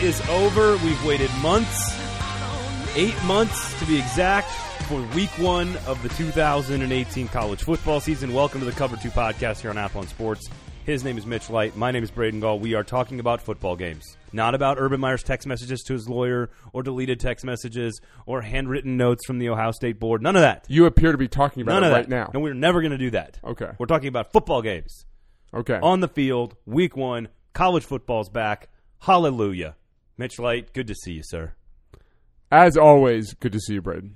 is over. We've waited months, eight months to be exact, for week one of the 2018 college football season. Welcome to the Cover 2 podcast here on Athlon Sports. His name is Mitch Light. My name is Braden Gall. We are talking about football games, not about Urban Meyer's text messages to his lawyer or deleted text messages or handwritten notes from the Ohio State board. None of that. You appear to be talking about None it of that. right now. And we're never going to do that. Okay. We're talking about football games Okay. on the field, week one, college football's back. Hallelujah. Mitch Light, good to see you, sir. As always, good to see you, Braden.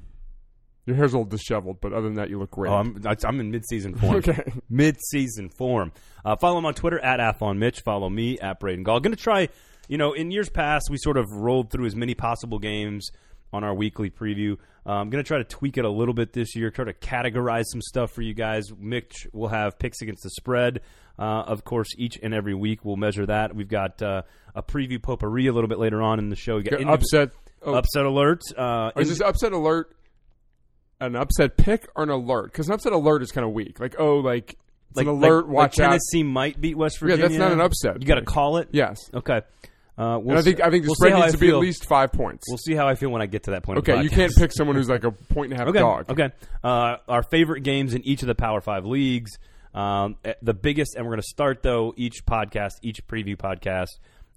Your hair's a little disheveled, but other than that, you look great. Oh, I'm, I'm in midseason form. Okay. Midseason form. Uh, follow him on Twitter at AthlonMitch. Follow me at Braden Gall. Going to try, you know, in years past, we sort of rolled through as many possible games on our weekly preview. Uh, I'm going to try to tweak it a little bit this year, try to categorize some stuff for you guys. Mitch will have picks against the spread. Uh, of course, each and every week we'll measure that. We've got uh, a preview potpourri a little bit later on in the show. We got Got indiv- upset. Oh, upset alert. Uh, Is this upset alert an upset pick or an alert? Because an upset alert is kind of weak. Like, oh, like, it's an alert, watch out. Tennessee might beat West Virginia. that's not an upset. You got to call it. Yes. Okay. Uh, we'll And I think, see- I think the we'll see spread how needs I to be feel. at least five points. We'll see how I feel when I get to that point. of the okay, you podcast. can't pick someone who's like a point and a half Okay. dog. Okay. Uh, our favorite games in each of the Power Five leagues. Um, eh, the biggest, and we're going to start though each podcast, each preview podcast.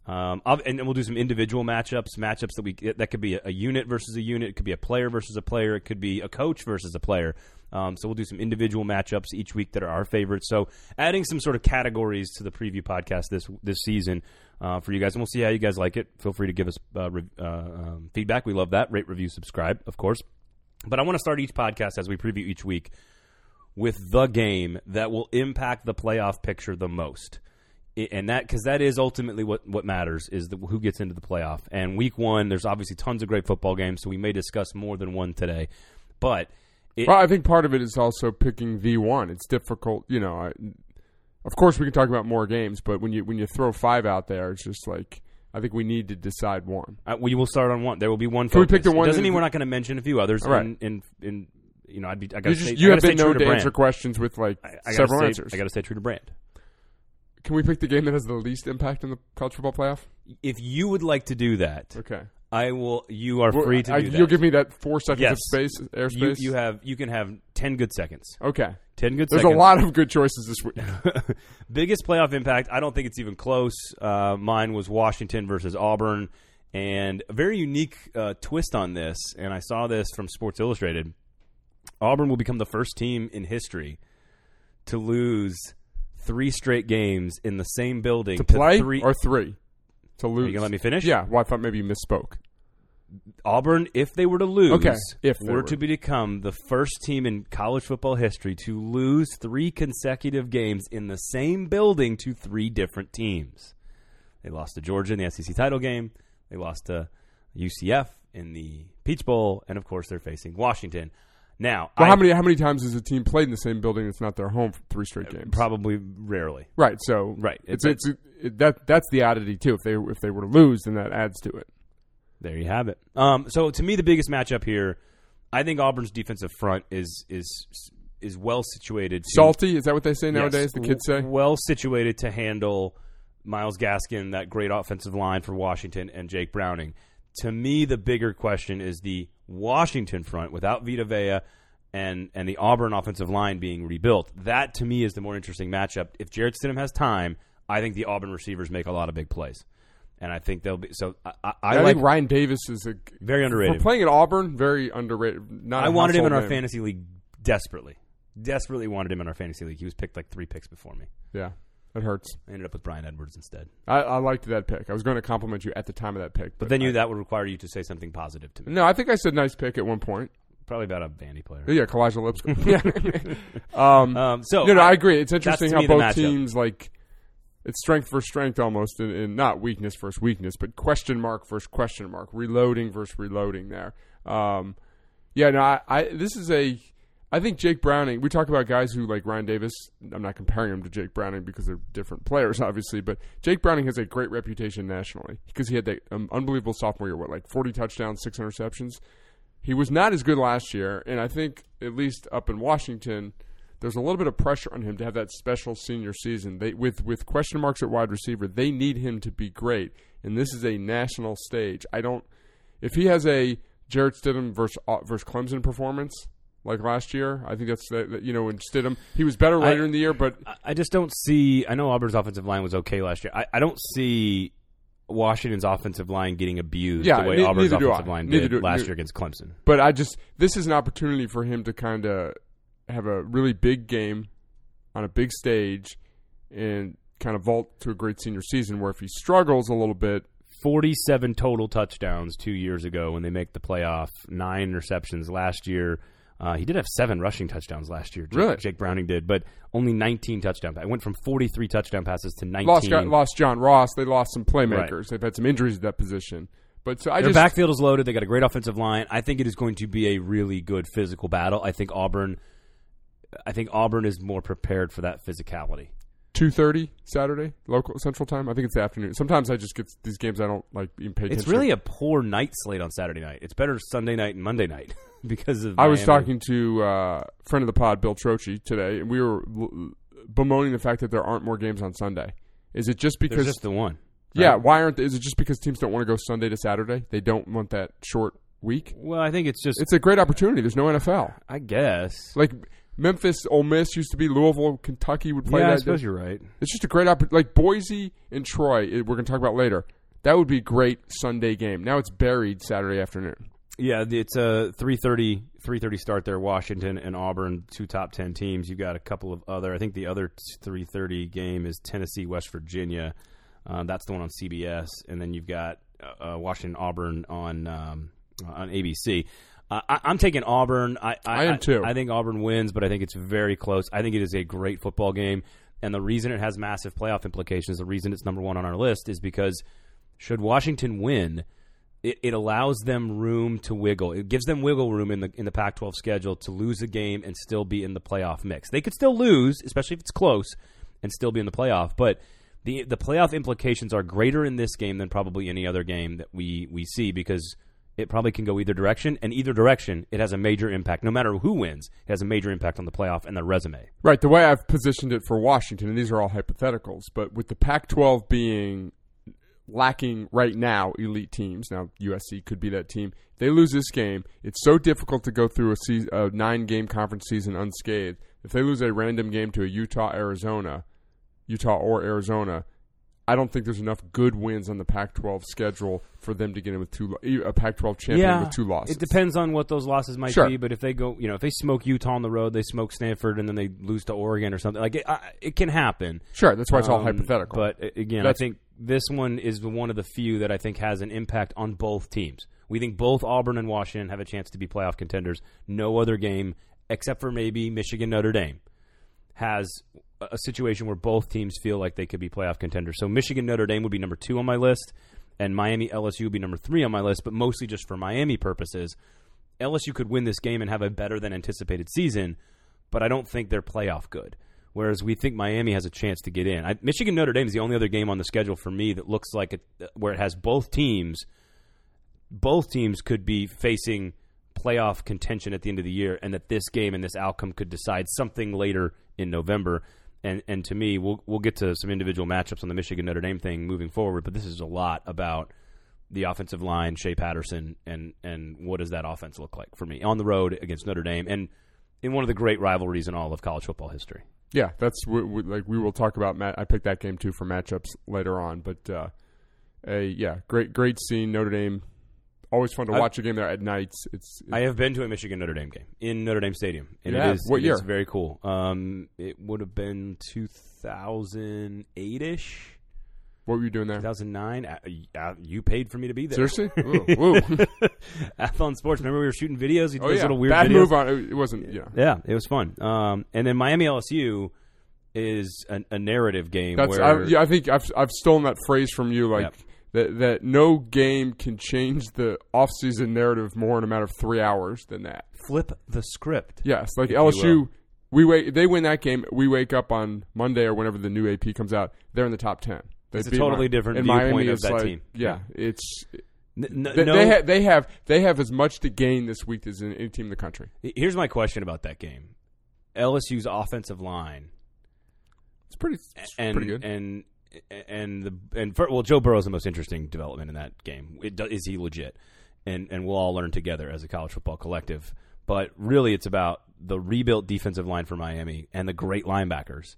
Um, ob- and then we'll do some individual matchups, matchups that we that could be a, a unit versus a unit, it could be a player versus a player, it could be a coach versus a player. Um, so we'll do some individual matchups each week that are our favorites. So adding some sort of categories to the preview podcast this this season uh, for you guys, and we'll see how you guys like it. Feel free to give us uh, re- uh, um, feedback. We love that. Rate, review, subscribe, of course. But I want to start each podcast as we preview each week with the game that will impact the playoff picture the most. I- And that because that is ultimately what what matters is the, who gets into the playoff. And week one, there's obviously tons of great football games, so we may discuss more than one today. But it, Well, I think part of it is also picking the one. It's difficult, you know. I, of course, we can talk about more games, but when you when you throw five out there, it's just like I think we need to decide one. Uh, we will start on one. There will be one. Can we focus. pick the one It doesn't that- mean we're not going to mention a few others. All right. In, in, in you know, I'd be. I You, gotta just, stay, you I have gotta been stay true known to to brand. answer questions with like I, I gotta several stay, answers. I got to stay true to brand. Can we pick the game that has the least impact in the college football playoff? If you would like to do that, Okay, I will. You are Well, free to I- do that. You'll give me that four seconds Yes. of space, you, airspace. you have you can have ten good seconds. okay. Ten good There's seconds. a lot of good choices this week. Biggest playoff impact. I don't think it's even close. Uh, mine was Washington versus Auburn, and a very unique uh, twist on this. And I saw this from Sports Illustrated. Auburn will become the first team in history to lose three straight games in the same building to play three. or three to Are lose. you gonna let me finish? yeah, well, I thought maybe you misspoke. Auburn, if they were to lose, Okay, if they were, were. to become the first team in college football history to lose three consecutive games in the same building to three different teams. They lost to Georgia in the SEC title game. They lost to UCF in the Peach Bowl, and of course, they're facing Washington. Now, Well, I how many how many times has a team played in the same building that's not their home for three straight games? probably rarely. Right. So Uh, Right, It's it's- it's, it, that that's the oddity too. If they if they were to lose, then that adds to it. There you have it. Um, so to me, the biggest matchup here, I think Auburn's defensive front is is is well situated. to- Salty is that what they say Yes. Mm-hmm. nowadays? The kids say. W- well situated to handle Miles Gaskin, that great offensive line for Washington, and Jake Browning. To me, the bigger question is the Washington front without Vita Vea and and the Auburn offensive line being rebuilt. That to me is the more interesting matchup. If Jared Stidham has time, I think the Auburn receivers make a lot of big plays, and I think they'll be. So I, I, I I, like think Ryan Davis is a very We're underrated. playing at Auburn, very underrated. Not I a wanted him in our household name. fantasy league desperately, desperately wanted him in our fantasy league. He was picked like three picks before me. Yeah, it hurts. I ended up with Brian Edwards instead. I, I liked that pick. I was going to compliment you at the time of that pick, but, But then you I- that would require you to say something positive to me. no, I think I said nice pick at one point. Probably about a bandy player. Yeah, Kalijah Lipscomb. yeah. um, Um, so no, no, I I, agree. It's interesting to how me the both matchup. teams like it's strength versus strength almost, and, and not weakness versus weakness, but question mark versus question mark, reloading versus reloading. There, um, yeah, no, I, I this is a. I think Jake Browning. We talk about guys who like Ryan Davis. I'm not comparing him to Jake Browning because they're different players, obviously. But Jake Browning has a great reputation nationally because he had that um, unbelievable sophomore year. What like 40 touchdowns, six interceptions. He was not as good last year, and I think at least up in Washington, there's a little bit of pressure on him to have that special senior season. They with with question marks at wide receiver, they need him to be great, and this is a national stage. I don't if he has a Jared Stidham versus uh, versus Clemson performance like last year. I think that's that, that, you know when Stidham he was better later I- in the year, but I- I just don't see. I know Auburn's offensive line was okay last year. I, I don't see Washington's offensive line getting abused Yeah, the way ne- Auburn's neither do offensive I. line Neither did do- last neither- year against Clemson. but I just this is an opportunity for him to kind of have a really big game on a big stage and kind of vault to a great senior season. Where if he struggles a little bit, 47 total touchdowns two years ago when they make the playoff, nine interceptions last year. Uh, he did have seven rushing touchdowns last year. Jake, Really? Jake Browning did, but only 19 touchdown passes. I went from 43 touchdown passes to 19. lost got, lost John Ross, they lost some playmakers. They've had some injuries at that position, but so I Their just backfield is loaded. They got a great offensive line. I think it is going to be a really good physical battle. I think Auburn I think Auburn is more prepared for that physicality. two thirty Saturday local Central Time. I think it's the afternoon. Sometimes I just get these games I don't like even pay attention. It's really a poor night slate on Saturday night. It's better Sunday night and Monday night because of I was Miami. talking to uh, friend of the pod, Bill Troche, today, and we were l- bemoaning the fact that there aren't more games on Sunday. Is it just There's because? just the one. yeah, why aren't? Is it just because teams don't want to go Sunday to Saturday? They don't want that short week. Well, I think it's just It's a great opportunity. There's no NFL. I guess. Like Memphis, Ole Miss used to be Louisville, Kentucky would play yeah, I that. day. suppose you're right. It's just a great opportunity. Like Boise and Troy, it- we're going to talk about later. That would be a great Sunday game. Now it's buried Saturday afternoon. Yeah, the- it's a 3:30 3:30 start there. Washington and Auburn, two top ten teams. You've got a couple of other. I think the other 3:30 game is Tennessee West Virginia. Um, that's the one on CBS, and then you've got uh, uh, Washington Auburn on um, on ABC. Uh, I, I'm taking Auburn. I, I, I am too. I think Auburn wins, but I think it's very close. I think it is a great football game, and the reason it has massive playoff implications, the reason it's number one on our list, is because should Washington win, it, it allows them room to wiggle. It gives them wiggle room in the in the Pac-12 schedule to lose a game and still be in the playoff mix. They could still lose, especially if it's close, and still be in the playoff. But the the playoff implications are greater in this game than probably any other game that we we see because it probably can go either direction, and either direction, it has a major impact. No matter who wins, it has a major impact on the playoff and the resume. Right. The way I've positioned it for Washington, and these are all hypotheticals, but with the Pac 12 being lacking right now elite teams, now USC could be that team, they lose this game. It's so difficult to go through a, seas a nine game conference season unscathed. If they lose a random game to a Utah, Arizona, Utah or Arizona, I don't think there's enough good wins on the Pac 12 schedule for them to get in with two, lo- e, a Pac 12 champion with two losses. It depends on what those losses might Sure. be, but if they go, you know, if they smoke Utah on the road, they smoke Stanford, and then they lose to Oregon or something. Like it, I, it can happen. Sure. That's why it's all Um, hypothetical. But a- again, I That's- think this one is the one of the few that I think has an impact on both teams. We think both Auburn and Washington have a chance to be playoff contenders. No other game, except for maybe Michigan Notre Dame, has a a situation where both teams feel like they could be playoff contenders. So Michigan Notre Dame would be number two on my list, and Miami LSU would be number three on my list, but mostly just for Miami purposes. LSU could win this game and have a better than anticipated season, but I don't think they're playoff good. Whereas we think Miami has a chance to get in. I, Michigan Notre Dame is the only other game on the schedule for me that looks like it, where it has both teams. Both teams could be facing playoff contention at the end of the year, and that this game and this outcome could decide something later in November. And and to me, we'll we'll get to some individual matchups on the Michigan Notre Dame thing moving forward. But this is a lot about the offensive line, Shea Patterson, and and what does that offense look like for me on the road against Notre Dame and in one of the great rivalries in all of college football history. Yeah, that's w- w- like we will talk about. Matt, I picked that game too for matchups later on, but uh, a yeah, great great scene. Notre Dame, always fun to I- watch a game there at nights. It's, I have been to a Michigan Notre Dame game in Notre Dame Stadium, and Yeah. it is What it year? is very cool. Um, it would have been two thousand eight ish, what were you doing there? two thousand nine. You paid for me to be there. Seriously? Ooh, woo. Athlon Sports. Remember we were shooting videos. You did Oh those yeah, little weird bad videos. move on. It, it wasn't. Yeah, Yeah, it was fun. Um, and then Miami LSU is an, a narrative game that's. where I, yeah, I think I've I've stolen that phrase from you. Like Yep. that that no game can change the offseason narrative more in a matter of three hours than that. flip the script. Yes, like you will. LSU. We wait. They win that game. We wake up on Monday or whenever the new AP comes out. They're in the top ten. They It's a beat totally Mi- different and viewpoint Miami of is that like- team. Yeah, it's N- n- they, Uh, no, they, ha- they have they have as much to gain this week as any team in the country. here's my question about that game. LSU's offensive line It's pretty, it's and pretty good. and and the and for, well, Joe Burrow's the most interesting development in that game. It, do- is he legit? And and we'll all learn together as a college football collective. But really, it's about the rebuilt defensive line for Miami and the great linebackers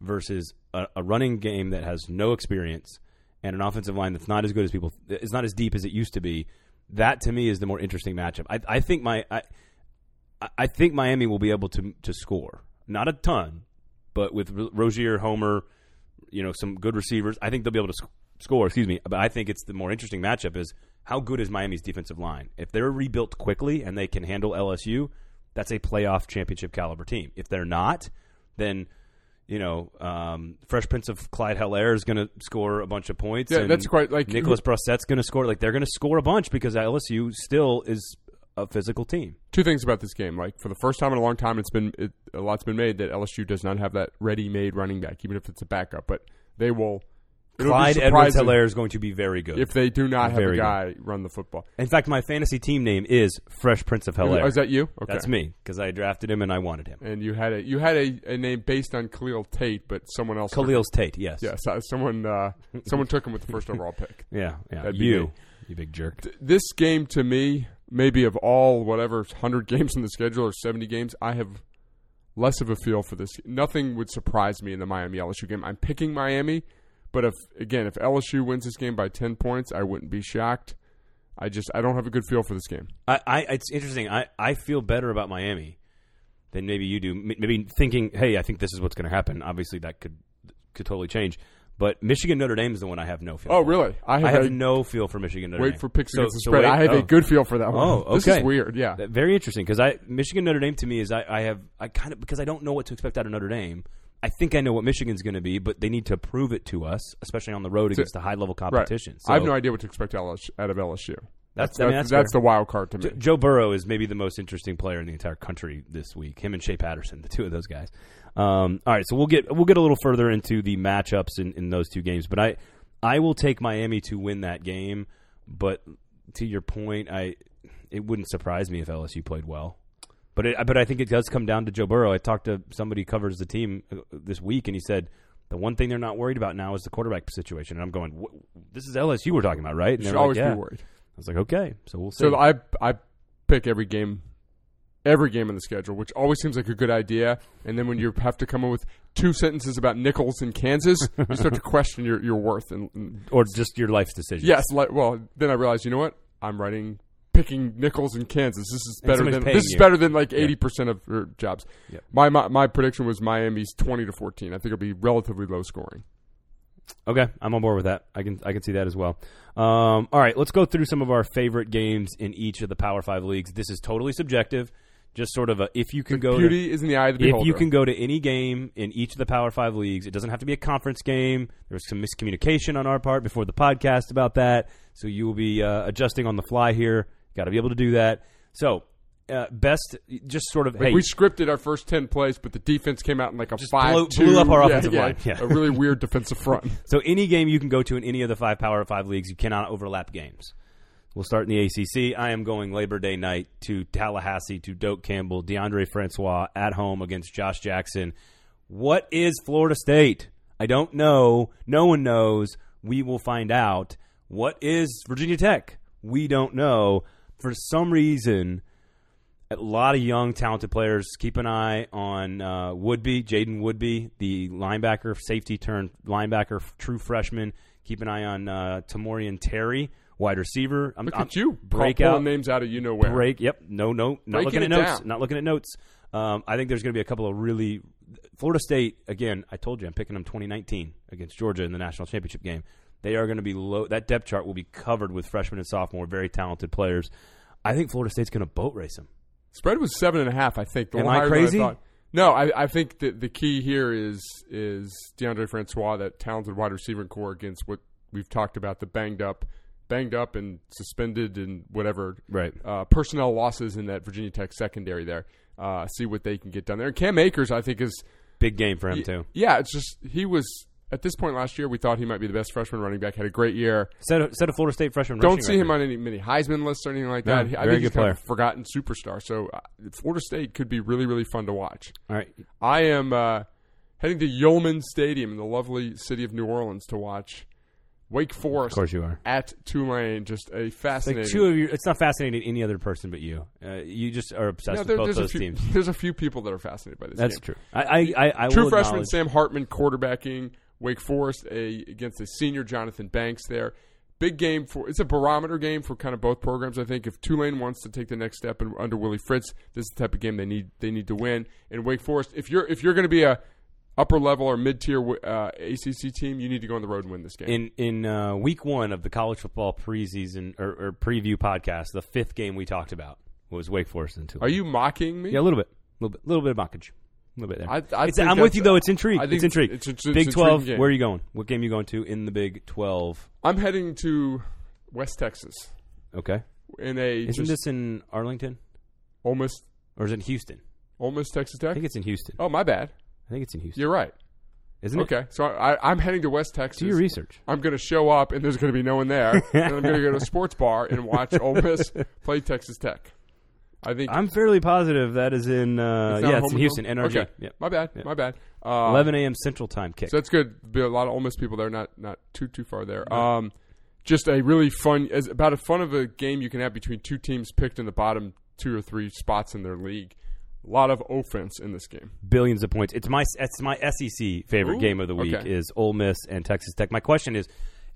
versus a, a running game that has no experience and an offensive line that's not as good as people. It's not as deep as it used to be. That to me is the more interesting matchup. I, I think my I, I- I think Miami will be able to to score not a ton, but with R- Rozier, Homer, you know, some good receivers, I think they'll be able to sc- score. Excuse me, but I think it's the more interesting matchup is how good is Miami's defensive line? If they're rebuilt quickly and they can handle LSU, that's a playoff championship caliber team. If they're not, then you know, um, Fresh Prince of Clyde Hilaire is going to score a bunch of points. Yeah, and that's quite like- Nicholas Brossett's going to score. Like they're going to score a bunch because LSU still is a physical team. Two things about this game: like for the first time in a long time, it's been it, a lot's been made that LSU does not have that ready-made running back, even if it's a backup. But they will. it'll be Clyde Edwards surprising Hilaire is going to be very good. If they do not have Very a good. guy run the football, In fact, my fantasy team name is Fresh Prince of Hilaire. Oh, is that you? Okay, That's me because I drafted him and I wanted him. And you had a you had a, a name based on Khalil Tate, but someone else. took- Khalil's Tate, yes. yes, uh, someone uh, someone took him with the first overall pick. Yeah, yeah. That'd be you, me. you big jerk. Th- This game to me, maybe of all whatever hundred games in the schedule or seventy games, I have less of a feel for this. Nothing would surprise me in the Miami LSU game. I'm picking Miami, but if again if LSU wins this game by ten points, I wouldn't be shocked. I just I don't have a good feel for this game. I, I, it's interesting. I, I feel better about Miami than maybe you do. M- Maybe thinking, hey, I think this is what's going to happen. Obviously, that could could totally change. But Michigan Notre Dame is the one I have no feel. Oh for. really? I have, I have a, no feel for Michigan Notre Dame. wait for picks So- against the so spread. wait- I have oh. a good feel for that one. Oh, This okay. is weird. Yeah. That- very interesting because I Michigan Notre Dame to me is I, I have I kind of because I don't know what to expect out of Notre Dame. I think I know what Michigan's going to be, but they need to prove it to us, especially on the road against the high level competition. So I have no idea what to expect LS out of LSU. That's- That's I mean, that's that's, fair. the wild card to me. J- Joe Burrow is maybe the most interesting player in the entire country this week. Him and Shea Patterson, the two of those guys. Um, all right, so we'll get we'll get a little further into the matchups in, in those two games, but I I will take Miami to win that game. But to your point, I it wouldn't surprise me if LSU played well. But it, but I think it does come down to Joe Burrow. I talked to somebody who covers the team uh, this week, and he said the one thing they're not worried about now is the quarterback situation. And I'm going, "Wh- this is LSU we're talking about, right? And You should they're like, always "Yeah." be worried. I was like, okay, so we'll see. So I I pick every game, every game on the schedule, which always seems like a good idea. And then when you have to come up with two sentences about Nichols and Kansas, you start to question your, your worth. And, and or just your life's decision. yes, like, well, then I realized, you know what? I'm writing picking Nichols and Kansas. This is And better somebody's than paying this is you. better than like eighty percent of your jobs. Yeah. My, my my prediction was Miami's twenty to fourteen. I think it'll be relatively low scoring. Okay, I'm on board with that. I can I can see that as well. Um, all right, let's go through some of our favorite games in each of the Power Five leagues. This is totally subjective. Just sort of a if you can go to, Beauty is in the eye of the beholder. if you can go to any game in each of the Power Five leagues. It doesn't have to be a conference game. There was some miscommunication on our part before the podcast about that, so you will be uh, adjusting on the fly here. Got to be able to do that. So. Uh, best, just sort of. Like hey, we scripted our first ten plays, but the defense came out in like a Just five. blew- blew up our offensive line, yeah. a really weird defensive front. So any game you can go to in any of the five Power Five leagues, you cannot overlap games. We'll start in the ACC. I am going Labor Day night to Tallahassee to Doak Campbell, DeAndre Francois at home against Josh Jackson. What is Florida State? I don't know. No one knows. We will find out. What is Virginia Tech? We don't know. For some reason, a lot of young, talented players. Keep an eye on uh, Woodby, Jaden Woodby, the linebacker, safety turn linebacker, f- true freshman. Keep an eye on uh, Tamorian Terry, wide receiver. I'm, Look I'm- at you, Um, breakout. pulling names out of you know where. break. Yep. No, no. Not Breaking looking at it notes. down. Not looking at notes. Um, I think there's going to be a couple of really. Florida State, again, I told you, I'm picking them 2019 against Georgia in the national championship game. They are going to be low. That depth chart will be covered with freshmen and sophomore, very talented players. I think Florida State's going to boat race them. Spread was seven and a half. I think. The Am one I higher than crazy? thought. No, I, I think that the key here is is DeAndre Francois, that talented wide receiving core against what we've talked about the banged up, banged up and suspended and whatever Right. uh, personnel losses in that Virginia Tech secondary there. Uh, see what they can get done there. And Cam Akers, I think, is Big game for him, too. Yeah, it's just he was at this point last year, we thought he might be the best freshman running back. Had a great year. Set a, set a Florida State freshman. Don't rushing see him record. on any many Heisman lists or anything like No, that. He- I very think he's good kind of player. a forgotten superstar. So uh, Florida State could be really, really fun to watch. All right, I am uh, heading to Yeoman Stadium in the lovely city of New Orleans to watch Wake of Forest course you are. at Tulane. Just a It's fascinating. like two of you. It's not fascinating to any other person but you. Uh, you just are obsessed No, with there- both there's, a those few, teams. there's a few people that are fascinated by this. That's game. true. I I, I, I True will freshman acknowledge- Sam Hartman quarterbacking Wake Forest a, against a senior Jonathan Banks there. Big game for it's a barometer game for kind of both programs. I think if Tulane wants to take the next step and under Willie Fritz, this is the type of game they need they need to win. And Wake Forest, if you're if you're going to be a upper level or mid tier uh, ACC team, you need to go on the road and win this game. in in uh, week one of the college football preseason or, or preview podcast, the fifth game we talked about was Wake Forest and Tulane. Are you mocking me? Yeah, a little bit, a little bit, little bit of mockage, a little bit there. I- I It's- think I'm with that's- you though. It's intrigue. I think It's intrigue. it's- it's- it's Big intriguing Twelve. game. Where are you going? What game are you going to in the Big Twelve? I'm heading to West Texas Okay, in a isn't just this in Arlington Ole Miss, or is it in Houston? Ole Miss Texas I Tech. think it's in Houston. Oh my bad, I think it's in Houston. you're right. Isn't it? okay, so I, I'm heading to West Texas. Do your research. I'm going to show up and there's going to be no one there, and I'm going to go to a sports bar and watch Ole Miss play Texas Tech. I think I'm fairly positive that is in. Uh, it's not yeah, home it's in and Houston. home. NRG. Okay, Yeah. my bad, Yeah. my bad. Uh, 11 a.m. Central Time kick. So that's good. Be a lot of Ole Miss people there, not not too too far there. Um, just a really fun, as about as fun of a game you can have between two teams picked in the bottom two or three spots in their league. A lot of offense in this game. billions of points. It's my it's my SEC favorite Ooh, game of the week okay. is Ole Miss and Texas Tech. My question is,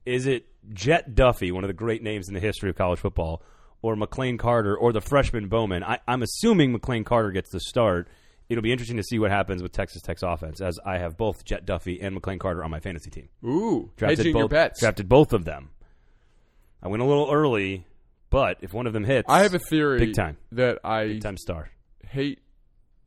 is it Jet Duffy, one of the great names in the history of college football, or McLean Carter, or the freshman Bowman? I, I'm assuming McLean Carter gets the start. It'll be interesting to see what happens with Texas Tech's offense, as I have both Jet Duffy and McLean Carter on my fantasy team. Ooh, Drafted hedging both, your bets. Drafted both of them. I went a little early, but if one of them hits, I have a theory Big time. that I time star. hate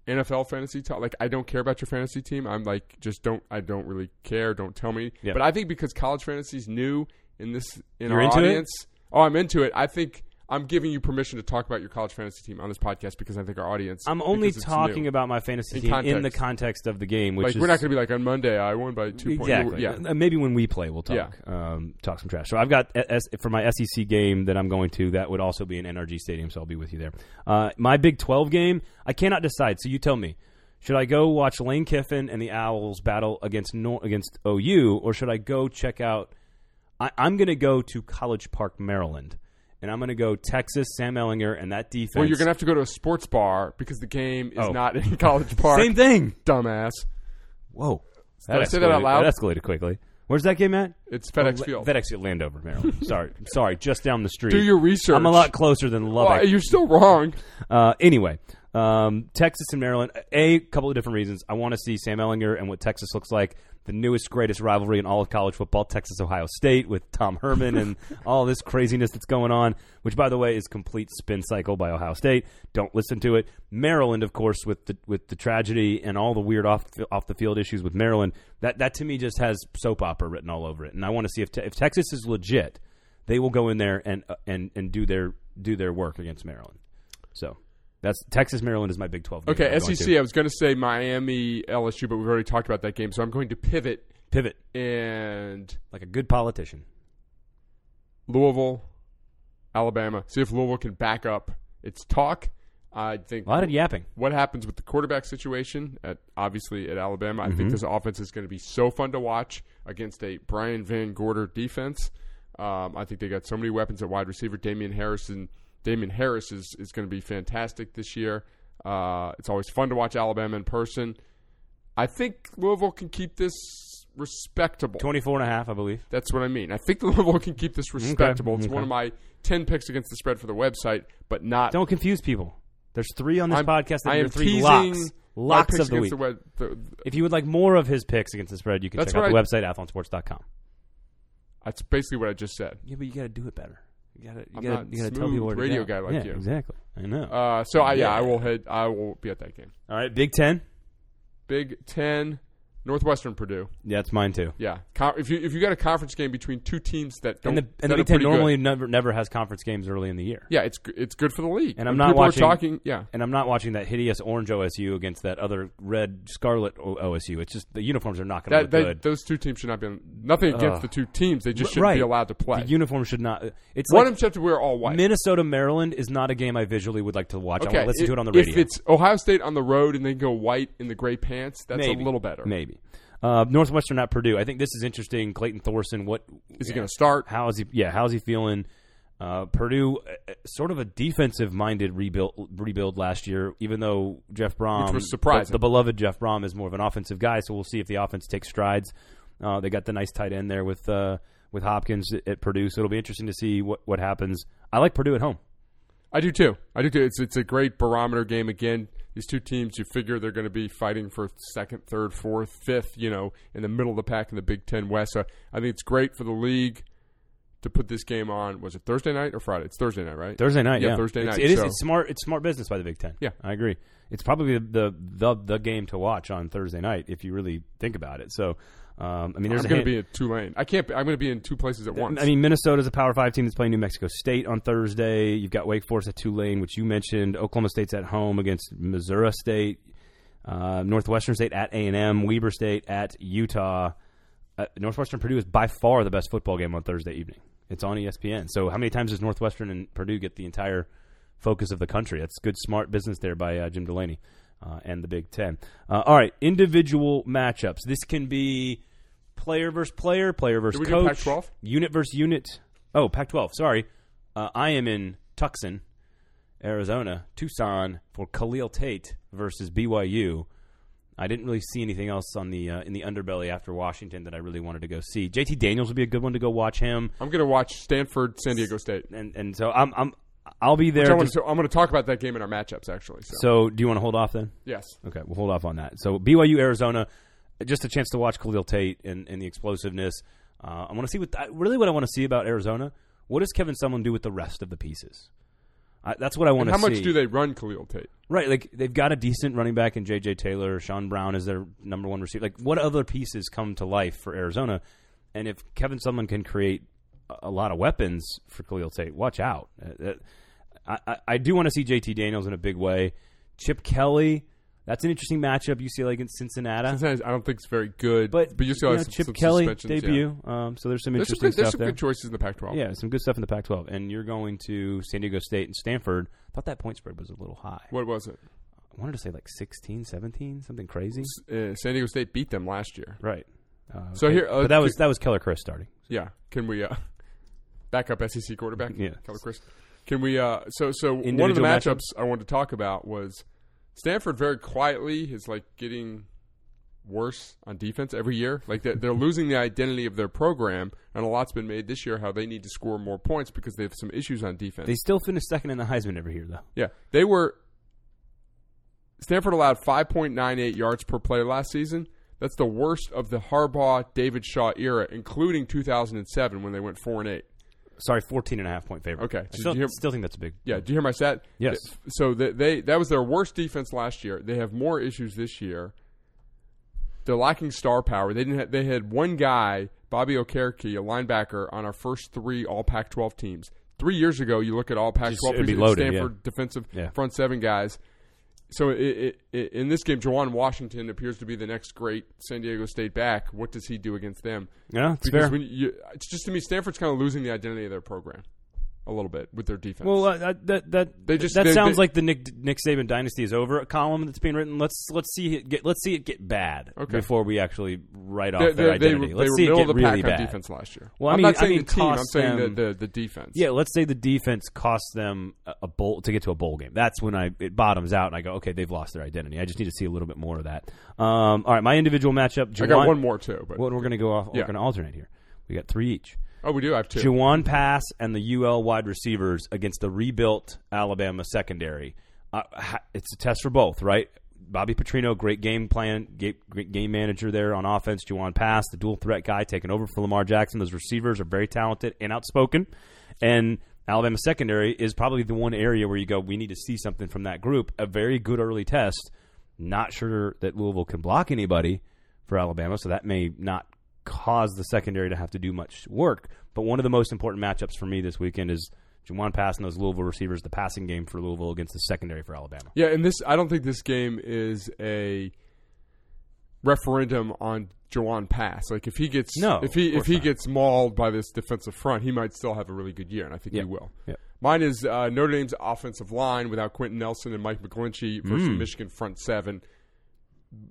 NFL fantasy talk. Like I don't care about your fantasy team. I'm like just don't. I don't really care. Don't tell me. Yeah. But I think because college fantasy is new in this in You're our into it? audience. Oh, I'm into it. I think I'm giving you permission to talk about your college fantasy team on this podcast because I think our audience. I'm only because it's talking new. about my fantasy In team in the context. context of the game, which Like is we're not going to be like on Monday. I won by two points. Exactly. Yeah. Uh, Maybe when we play, we'll talk. Um, talk some trash. So I've got S- for my SEC game that I'm going to. That would also be in NRG Stadium. So I'll be with you there. Uh, my Big 12 game. I cannot decide. So you tell me. Should I go watch Lane Kiffin and the Owls battle against Nor- against OU, or should I go check out? I, I'm going to go to College Park, Maryland, and I'm going to go Texas, Sam Ellinger, and that defense. Well, you're going to have to go to a sports bar because the game is Oh. not in College Park. same thing. dumbass. Whoa! Did I say that out escalated- loud? That escalated quickly. Where's that game at? It's FedEx Oh, Le- Field. FedEx Field, Landover, Maryland. sorry, sorry, just down the street. Do your research. I'm a lot closer than Well, Lubbock. you're still wrong. Uh, anyway, um, Texas and Maryland. A couple of different reasons. I want to see Sam Ellinger and what Texas looks like. The newest, greatest rivalry in all of college football: Texas Ohio State with Tom Herman and all this craziness that's going on. Which, by the way, is complete spin cycle by Ohio State. Don't listen to it. Maryland, of course, with the with the tragedy and all the weird off off the field issues with Maryland. That that to me just has soap opera written all over it. And I want to see if te- if Texas is legit, they will go in there and uh, and and do their do their work against Maryland. So that's Texas Maryland is my Big Twelve. Game that Okay, E I'm going SEC. to. I was going to say Miami, LSU, but we've already talked about that game, so I'm going to pivot pivot and like a good politician. Louisville, Alabama. See if Louisville can back up its talk. I think A lot of yapping. what happens with the quarterback situation at obviously at Alabama. I Mm-hmm. think this offense is going to be so fun to watch against a Brian Van Gorder defense. Um, I think they got so many weapons at wide receiver. Damian Harrison, Damian Harris is is going to be fantastic this year. Uh, it's always fun to watch Alabama in person. I think Louisville can keep this respectable. 24 and a half, I believe. That's what I mean. I think Louisville can keep this respectable. It's okay. one of my ten picks against the spread for the website, but not Don't confuse people. There's three on this I'm- podcast. That I are am three teasing locks. my Locks picks of the week. against The web, the, if you would like more of his picks against the spread, you can That's check out the what website athlonsports.com. that's basically what I just said. Yeah, but you got to do it better. You got to you I'm got not to you got to tell smooth people where to radio go. guy like Yeah, you. Exactly. I know. Uh, so I, yeah, Yeah. I will head. I will be at that game. All right, Big Ten. Big Ten. Northwestern Purdue. Yeah, it's mine too. Yeah, Con- if you if you got a conference game between two teams that don't And the, and that the are Big Ten pretty good- normally never never has conference games early in the year. yeah, it's g- it's good for the league. And I'm When not people watching- Are talking, yeah, And I'm not watching that hideous orange OSU against that other red scarlet O- OSU. It's just the uniforms are not going to that look they, good. those two teams should not be on, nothing against Ugh. the two teams. They just R- shouldn't right. be allowed to play. the uniform should not. It's One like of them should have to wear all white. Minnesota Maryland is not a game I visually would like to watch. I want okay, to listen to it on the if- radio. If it's Ohio State on the road and they go white in the gray pants, that's Maybe. a little better. Maybe uh, Northwestern at Purdue. I think this is interesting. Clayton Thorson. What Is he going to start? How is he? Yeah, how's he feeling? Uh, Purdue, uh, uh, sort of a defensive-minded rebuild rebuild last year, even though Jeff Brom, was surprising. the, the beloved Jeff Brom, is more of an offensive guy. So we'll see if the offense takes strides. Uh, they got the nice tight end there with uh, with Hopkins at, at Purdue, so it'll be interesting to see what what happens. I like Purdue at home. I do too. I do too. It's it's a great barometer game again. These two teams, you figure they're going to be fighting for second, third, fourth, fifth. You know, in the middle of the pack in the Big Ten West. So I think it's great for the league to put this game on. Was it Thursday night or Friday? It's Thursday night, right? Thursday night, Yeah, yeah, Thursday It's- night, It is so- it's smart. It's smart business by the Big Ten. Yeah. I agree. It's probably the the the, the game to watch on Thursday night if you really think about it. So, um, I mean, there's I'm a going to hand- be at Tulane. I can't. Be, I'm going to be in two places at once. I mean, Minnesota's a Power Five team that's playing New Mexico State on Thursday. You've got Wake Forest at Tulane, which you mentioned. Oklahoma State's at home against Missouri State. Uh, Northwestern State at A and M. Weber State at Utah. Uh, Northwestern Purdue is by far the best football game on Thursday evening. It's on E ESPN. So how many times does Northwestern and Purdue get the entire focus of the country? That's good, smart business there by uh, Jim Delaney uh, and the Big Ten. Uh, all right, individual matchups. This can be player versus player, player versus we do coach, Pac-12? unit versus unit. Oh, Pac-12. Sorry, uh, I am in Tucson, Arizona, Tucson for Khalil Tate versus BYU. I didn't really see anything else on the uh, in the underbelly after Washington that I really wanted to go see. JT Daniels would be a good one to go watch him, I'm going to watch Stanford, San Diego State. and and so I'm I'm I'll be So there. I wanna- just- so I'm going to talk about that game in our matchups, actually. So, so do you want to hold off then? yes, Okay, we'll hold off on that. So BYU Arizona, just a chance to watch Khalil Tate and, and the explosiveness. Uh, I want to see what I- really what I want to see about Arizona. What does Kevin Sumlin do with the rest of the pieces? I, that's what I want and to how see. much do they run Khalil Tate? Right, like they've got a decent running back in J.J. Taylor. Sean Brown is their number one receiver. Like, what other pieces come to life for Arizona? And if Kevin Sumlin can create a- a lot of weapons for Khalil Tate, watch out. Uh, that- I, I, I do want to see J.T. Daniels in a big way. Chip Kelly, that's an interesting matchup. UCLA against Cincinnati, Sometimes I don't think it's very good, Uh, but but you still know, have some, Chip some Kelly suspensions, yeah. debut. Um, so there's some There's some, interesting good, there's stuff some there. good choices in the Pac-12. yeah, some good stuff in the Pac-12. And you're going to San Diego State and Stanford. I thought that point spread was a little high. What was it? I wanted to say like 16, 17, something crazy. Uh, San Diego State beat them last year. Right. Uh, So okay. here, uh, but that was that was Keller Chris starting. Yeah. Can we uh, back up SEC quarterback? Yeah. Keller Chris. Can we? Uh, so so one of the Individual matchups matchups? I wanted to talk about was Stanford. Very quietly is like getting worse on defense every year. Like they're, they're losing the identity of their program, and a lot's been made this year how they need to score more points because they have some issues on defense. They still finished second in the Heisman every year, though. Yeah, they were. Stanford allowed 5.98 yards per play last season. That's the worst of the Harbaugh David Shaw era, including 2007 when they went four and eight. Sorry, 14 and a half point favorite. Okay, I so still, did you hear- still think that's a big. Yeah, do you hear my stat? Yes. Th- So they, they that was their worst defense last year. They have more issues this year. They're lacking star power. They didn't. Have, they had one guy, Bobby Okereke, a linebacker, on our first three All Pac-12 teams. Three years ago, you look at All Just- Pac-12 it'd be teams, loaded, Stanford defensive Yeah. front seven guys. So it, it, it, in this game, Jawan Washington appears to be the next great San Diego State back. What does he do against them? Yeah, it's Because fair. when you, it's just to me, Stanford's kind of losing the identity of their program a little bit with their defense. well, uh, that that that, They just- that they- sounds they- like the Nick Nick Saban dynasty is over. A column that's being written. Let's let's see it get let's see it get bad Okay. before we actually write off they, their they, they, identity. were- let's they see were it middle get of the pack really on bad. defense last year. Well, I I'm mean- not I saying mean, the team. I'm cost saying them- the, the the defense. Yeah, let's say the defense costs them a, a bowl to get to a bowl game. That's when I it bottoms out and I go, okay, they've lost their identity. I just need to see a little bit more of that. Um, all right, my individual matchup. I got Juwan- one more too, but Well, we're going to go off. Yeah. We're going to alternate here. We got three each. oh, we do have two. Jawan Pass and the UL wide receivers against the rebuilt Alabama secondary. Uh, ha- it's a test for both, right? Bobby Petrino, great game plan, ga- great game manager there on offense. Jawan Pass, the dual threat guy, taking over for Lamar Jackson. Those receivers are very talented and outspoken. And Alabama secondary is probably the one area where you go, we need to see something from that group. A very good early test. Not sure that Louisville can block anybody for Alabama, so that may not cause the secondary to have to do much work. But one of the most important matchups for me this weekend is Juwan Pass and those Louisville receivers, the passing game for Louisville against the secondary for Alabama. Yeah, and this I don't think this game is a referendum on Jawan Pass. Like if he gets No, if he of if course he not. gets mauled by this defensive front, he might still have a really good year, and I think Yeah. he will. Yeah. Mine is uh, Notre Dame's offensive line without Quentin Nelson and Mike McGlinchey versus Mm. Michigan front seven.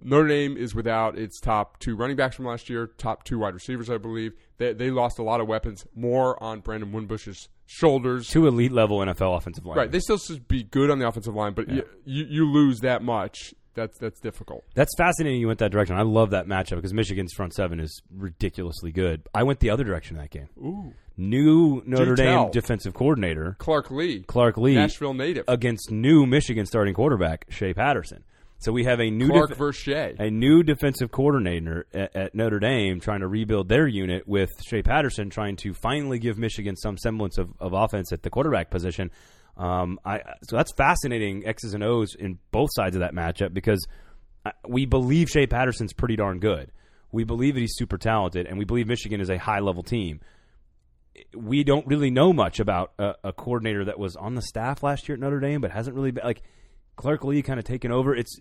Notre Dame is without its top two running backs from last year, top two wide receivers, I believe. They, they lost a lot of weapons, more on Brandon Winbush's shoulders. Two elite level NFL offensive line. Right. They still should be good on the offensive line, but y you, you lose that much. That's that's difficult. That's fascinating you went that direction. I love that matchup because Michigan's front seven is ridiculously good. I went the other direction in that game. Ooh. New Notre Do tell. Dame defensive coordinator, Clark Lee, Clark Lee, Nashville native. against new Michigan starting quarterback, Shea Patterson. So we have a new Clark def- versus Shea. a new defensive coordinator at, at Notre Dame trying to rebuild their unit with Shea Patterson trying to finally give Michigan some semblance of, of offense at the quarterback position. Um, I so that's fascinating X's and O's in both sides of that matchup because uh, we believe Shea Patterson's pretty darn good. We believe that he's super talented, and we believe Michigan is a high level team. We don't really know much about a, a coordinator that was on the staff last year at Notre Dame, but hasn't really been like Clark Lee kind of taken over. It's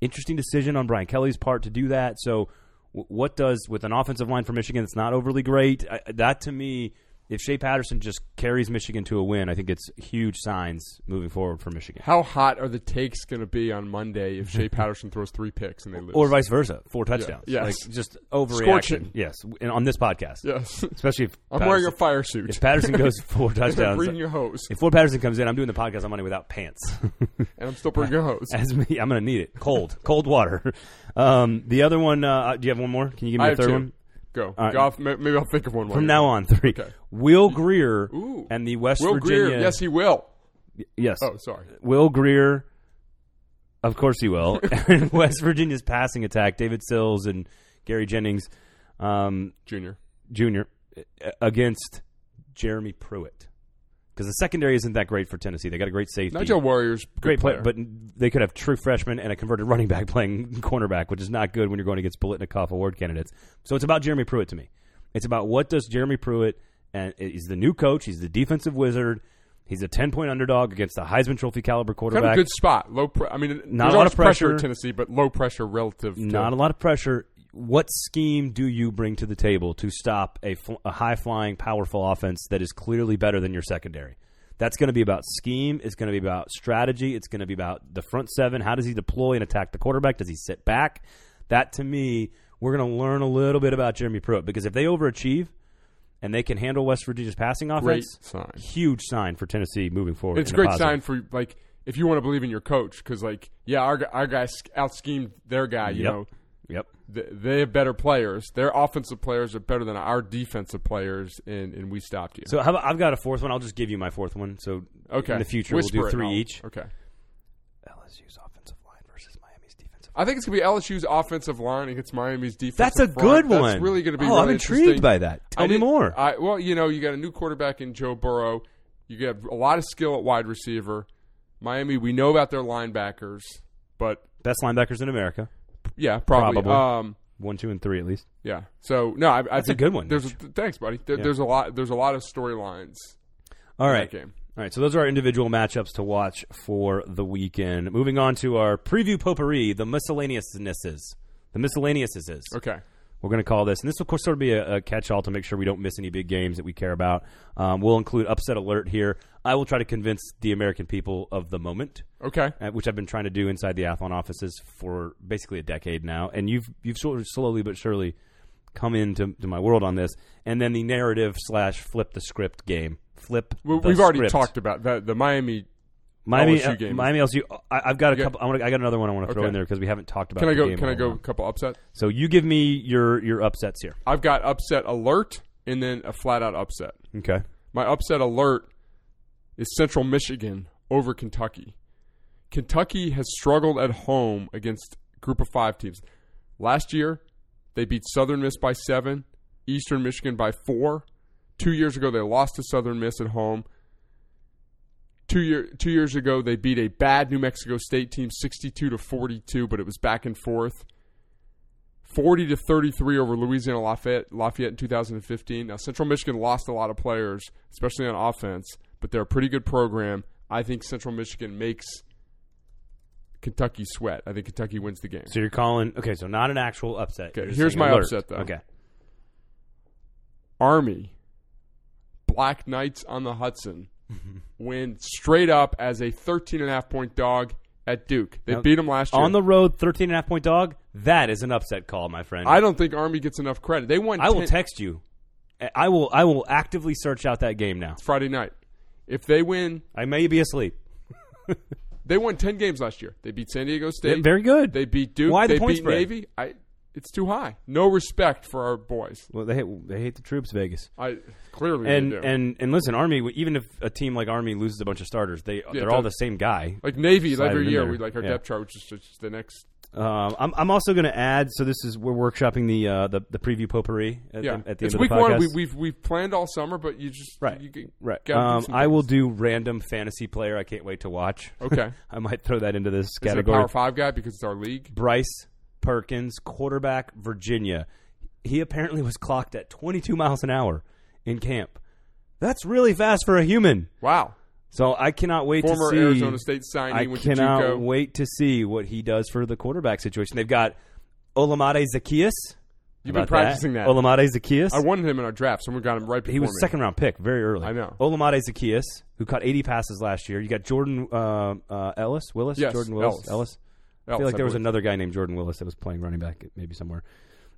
interesting decision on Brian Kelly's part to do that. So, w- what does with an offensive line for Michigan that's not overly great? I, that to me, if Shea Patterson just carries Michigan to a win, I think it's huge signs moving forward for Michigan, How hot are the takes going to be on Monday if Shea Patterson throws three picks and they lose? or vice versa, four touchdowns. yes. like just overreaction. Scorching. Yes, and on this podcast, yes, especially if I'm Patterson, wearing a fire suit. if Patterson goes four I'm touchdowns. bringing your hose, If Ford Patterson comes in, I'm doing the podcast on Monday without pants. and I'm still bringing your hose. As me, I'm going to need it. Cold, cold water. Um, the other one. Uh, do you have one more? Can you give me I a have third two. one? Go. All right. Go off- may- maybe I'll think of one. From now on, three. Okay. Will Greer Ooh. and the West Will Virginia. Uh, Greer. Yes, he will. yes. Oh, sorry. Will Greer. Of course he will. and West Virginia's passing attack, David Sills and Gary Jennings um, Junior. Jr. uh, against Jeremy Pruitt. Because the secondary isn't that great for Tennessee. They got a great safety. Nigel Warriors. good great player, player. but they could have true freshmen and a converted running back playing cornerback, which is not good when you're going against Bolitnikoff award candidates. So it's about Jeremy Pruitt to me. It's about what does Jeremy Pruitt and he's the new coach, he's the defensive wizard, he's a 10-point underdog against a Heisman trophy caliber kind of quarterback. a good spot. Low. Pre- I mean, Not there's a lot always of pressure pressure. in Tennessee, but low pressure relative. to- not a lot of pressure. What scheme do you bring to the table to stop a, fl- a high flying, powerful offense that is clearly better than your secondary? That's going to be about scheme. It's going to be about strategy. It's going to be about the front seven. How does he deploy and attack the quarterback? Does he sit back? That to me, we're going to learn a little bit about Jeremy Pruitt because if they overachieve and they can handle West Virginia's passing great offense, sign. huge sign for Tennessee moving forward. It's a in great positive. sign for like if you want to believe in your coach because like yeah our gu- our guy out schemed their guy you Yep. know Yep. Th- they have better players their offensive players are better than our defensive players and and we stopped you So how about, I've got a fourth one. I'll just give you my fourth one. So okay in the future, Whisper we'll do it, three I'll- each. okay LSU's offensive line versus Miami's defensive. I think it's gonna be LSU's offensive line against Miami's defense That's a good one. that's really gonna be Oh, really I'm interesting. intrigued by that. Tell I me did- more. I, well, you know, you got a new quarterback in Joe Burrow. You got a lot of skill at wide receiver. Miami, we know about their linebackers, but Best linebackers in America, yeah, probably. Probably. Um, one, two, and three at least. Yeah. So no, I, I That's a think good one, There's a, thanks, buddy. There, Yeah. There's a lot. There's a lot of storylines. All in right, That game. all right. So those are our individual matchups to watch for the weekend. Moving on to our preview potpourri, the miscellaneousnesses, the miscellaneouses. Okay. We're going to call this, and this will, of course, sort of be a, a catch-all to make sure we don't miss any big games that we care about. Um, we'll include upset alert here. I will try to convince the American people of the moment. Okay. uh, which I've been trying to do inside the Athlon offices for basically a decade now, and you've you've sort of slowly but surely come into to my world on this, and then the narrative slash flip the script game, flip. We, the we've already script. talked about that. The Miami. Miami uh, LSU game. Miami LSU. I, I've got a Okay. couple. I, wanna, I got another one I want to throw Okay. in there because we haven't talked about. Can I the go? game Can I all go? A along. couple upset. So you give me your your upsets here. I've got upset alert and then a flat out upset. Okay. My upset alert is Central Michigan over Kentucky. Kentucky has struggled at home against Group of Five teams. Last year, they beat Southern Miss by seven, Eastern Michigan by four. Two years ago, they lost to Southern Miss at home. Two year two years ago, they beat a bad New Mexico State team, sixty-two to forty-two, but it was back and forth. 40 to 33 over Louisiana Lafayette, Lafayette in 2015. Now Central Michigan lost a lot of players, especially on offense, but they're a pretty good program. I think Central Michigan makes Kentucky sweat. I think Kentucky wins the game. So you're calling okay, so not an actual upset. Okay, You're just here's saying my alert. upset, though. Okay. Army, Black Knights on the Hudson, win straight up as a 13 and a half point dog at Duke. They Now, beat them last year. On the road, 13 and a half point dog. That is an upset call, my friend. I don't think Army gets enough credit. They won. I will 10 text you. I- I will I will actively search out that game now. Friday night. If they win, I may be asleep. they won 10 games last year. They beat San Diego State. Very good. They beat Duke. Why the they point beat spread? Navy. I, it's too high. No respect for our boys. well, they hate, they hate the troops, Vegas. I clearly And they do. and and listen, Army. Even if a team like Army loses a bunch of starters, they they're all the they're- same guy. like Navy Slide it every in year there. we like our Yeah. depth chart, which is just the next. Um, I'm, I'm also going to add. So this is we're workshopping the uh, the, the preview potpourri at, Yeah, the, at the it's end week of the podcast. one. We, we've we've planned all summer, but you just Right. You, can- right. gotta do Um, some I things. will do random fantasy player. I can't wait to watch. Okay. I might throw that into this Is it a category. Power Five guy because it's our league. Bryce Perkins, quarterback, Virginia. He apparently was clocked at 22 miles an hour in camp. That's really fast for a human. Wow. So I cannot wait Former to see. Arizona State signee I went cannot to JUCO. wait to see what he does for the quarterback situation. They've got Olamide Zacchaeus. You've How been about practicing that. Olamide Zacchaeus. I wanted him in our draft. Someone got him right before he was me. second round pick, very early. I know. Olamide Zacchaeus, who caught 80 passes last year. You got Jordan uh, uh, Ellis, Willis, Yes, Jordan Willis, Ellis. Ellis. I Else, feel like I there was believe. another guy named Jordan Willis that was playing running back at- maybe somewhere.